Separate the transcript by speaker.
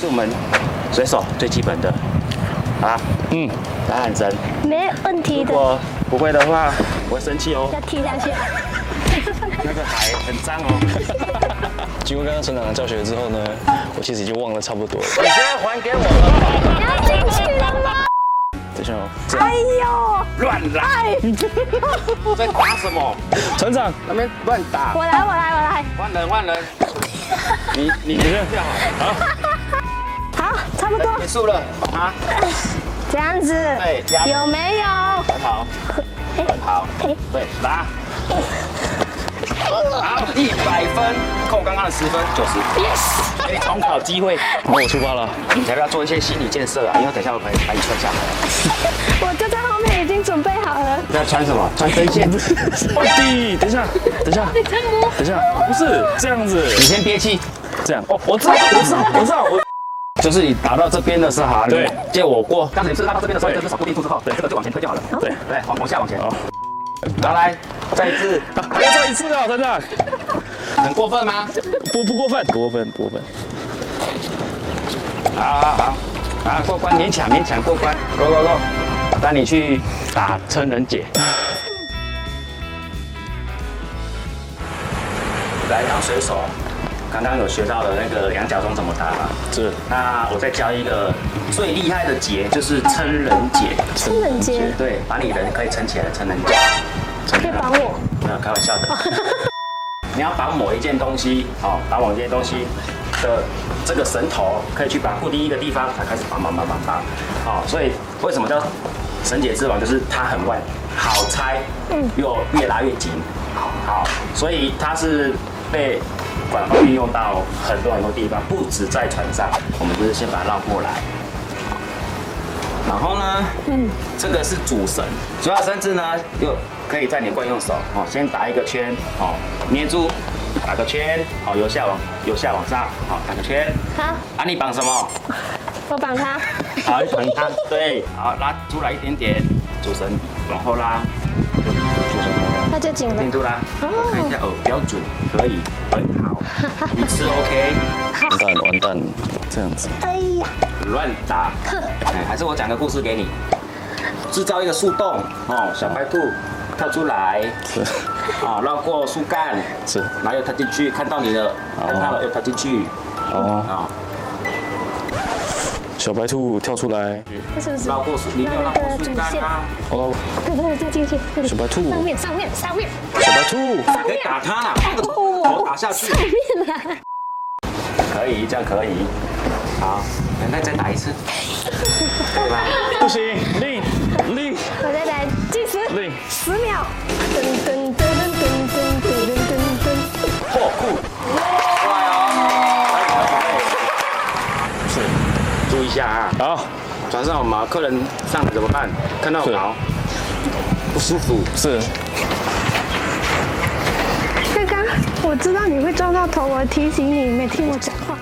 Speaker 1: 是我们水手最基本的。啊好啦，
Speaker 2: 嗯，
Speaker 1: 打喊针，
Speaker 3: 没问题
Speaker 1: 如
Speaker 3: 的，
Speaker 1: 果不会的话，我会生气哦。
Speaker 3: 要踢下去。
Speaker 1: 那个海很脏哦，
Speaker 2: 经过刚刚成长的教学之后呢，我其实已经忘了差不多了。
Speaker 1: 你不要还给我了，
Speaker 3: 你要进去了吗？
Speaker 2: 等一下哦，
Speaker 3: 哎呦，
Speaker 1: 乱来！在打什么？
Speaker 2: 船长，
Speaker 1: 那边乱打，
Speaker 3: 我来，我来，我来。
Speaker 1: 换人换人。你你你这样
Speaker 3: 好，差不
Speaker 1: 好，
Speaker 3: 多
Speaker 1: 结束了啊，
Speaker 3: 这样子。
Speaker 1: 对加油
Speaker 3: 有没有？
Speaker 1: 很好，
Speaker 3: 哎
Speaker 1: 很好，
Speaker 3: 哎
Speaker 1: 对，打。好，一百分，扣刚刚的十分，九十。
Speaker 3: ，yes。
Speaker 1: 给你重考机会，
Speaker 2: 好，我出发了。
Speaker 1: 你要不要做一些心理建设啊？因为等一下我可以把你穿下来。
Speaker 3: 我就在后面已经准备好了。
Speaker 1: 要穿什么？穿针线。
Speaker 2: 哦，弟，等一下，等一下，等一下，
Speaker 1: 哦
Speaker 2: 不是这样子，
Speaker 1: 你先憋气，
Speaker 2: 这样。哦，我知道，我知道，我知道，我
Speaker 1: 就是你打到这边的时候啊，
Speaker 2: 对
Speaker 1: 你借我过。刚才你是拉到这边的时候，
Speaker 2: 对
Speaker 1: 这只手固定住之后，对，这个就往前推就好了。
Speaker 2: 对
Speaker 1: 对，往往下往前。
Speaker 2: 好
Speaker 1: 然后来，再一次，
Speaker 2: 还要再一次啊，船长，
Speaker 1: 很过分吗？
Speaker 2: 不不过分，不过分，不过分。
Speaker 1: 好好好，啊，过关勉强勉强过关，go go go，带你去打成人节。来当水手，刚刚有学到了那个两脚钟怎么打嘛？
Speaker 2: 是
Speaker 1: 那我再教一个最厉害的节，就是撑人节。
Speaker 3: 真人节
Speaker 1: 对，把你人可以撑起来的撑人节。
Speaker 3: 可以绑我，
Speaker 1: 没有开玩笑的。你要把某一件东西，哦好、把某一件东西的这个绳头可以去把它固定一个地方，才开始绑绑绑绑绑。好、哦所以为什么叫绳结之王？就是它很万好拆，
Speaker 3: 嗯
Speaker 1: 又越拉越紧。好，好，所以它是被广泛运用到很多很多地方，不止在船上。我们就是先把它绕过来。然后呢，嗯，这个是主绳，主要绳子呢，又可以在你惯用手哦，先打一个圈哦，捏住，打个圈哦，由下往由下往上哦，打个圈。
Speaker 3: 好，
Speaker 1: 啊，你绑什么？
Speaker 3: 我绑他。
Speaker 1: 好，你绑它。对，好，拉出来一点点，主绳往后拉，主绳往后拉
Speaker 3: 那就紧了
Speaker 1: 进。度啦。
Speaker 3: 哦
Speaker 1: 看一下哦，标准可以，很好，一次 OK，
Speaker 2: 完蛋，完蛋，这样子。
Speaker 3: 哎呀，
Speaker 1: 乱打。哎，还是我讲个故事给你，制造一个树洞哦，小白兔跳出 来，
Speaker 2: 是
Speaker 1: 啊，绕过树干，
Speaker 2: 是
Speaker 1: 然后又跳进去，看到你了，
Speaker 2: 哦
Speaker 1: 看到了又跳进去，
Speaker 2: 哦，
Speaker 1: 啊，
Speaker 2: 小白兔跳出来，
Speaker 3: 这是不是？
Speaker 1: 绕过树，你没有绕过树干啊，
Speaker 2: 哦，
Speaker 3: 对对对，进去。
Speaker 2: 小白兔
Speaker 3: 上面，上面，上面，
Speaker 2: 小白兔，
Speaker 1: 你可以哎打它
Speaker 2: 哦
Speaker 1: 啦，那个头打下去，
Speaker 3: 上面啦。
Speaker 1: 可以，这样可以，好，那再打一次，对吧？
Speaker 2: 不行，令令
Speaker 3: 我再来计时，
Speaker 2: 令，
Speaker 3: 十秒。噔噔噔噔噔噔噔噔噔噔。
Speaker 1: 破裤，快哦，可以可以可以
Speaker 2: 是，
Speaker 1: 注意一下啊。
Speaker 2: 好，
Speaker 1: 船上有毛，客人上来怎么办？看到有毛，不舒服。
Speaker 2: 是，
Speaker 3: 刚刚我知道你会撞到头，我提醒你，没听我讲话。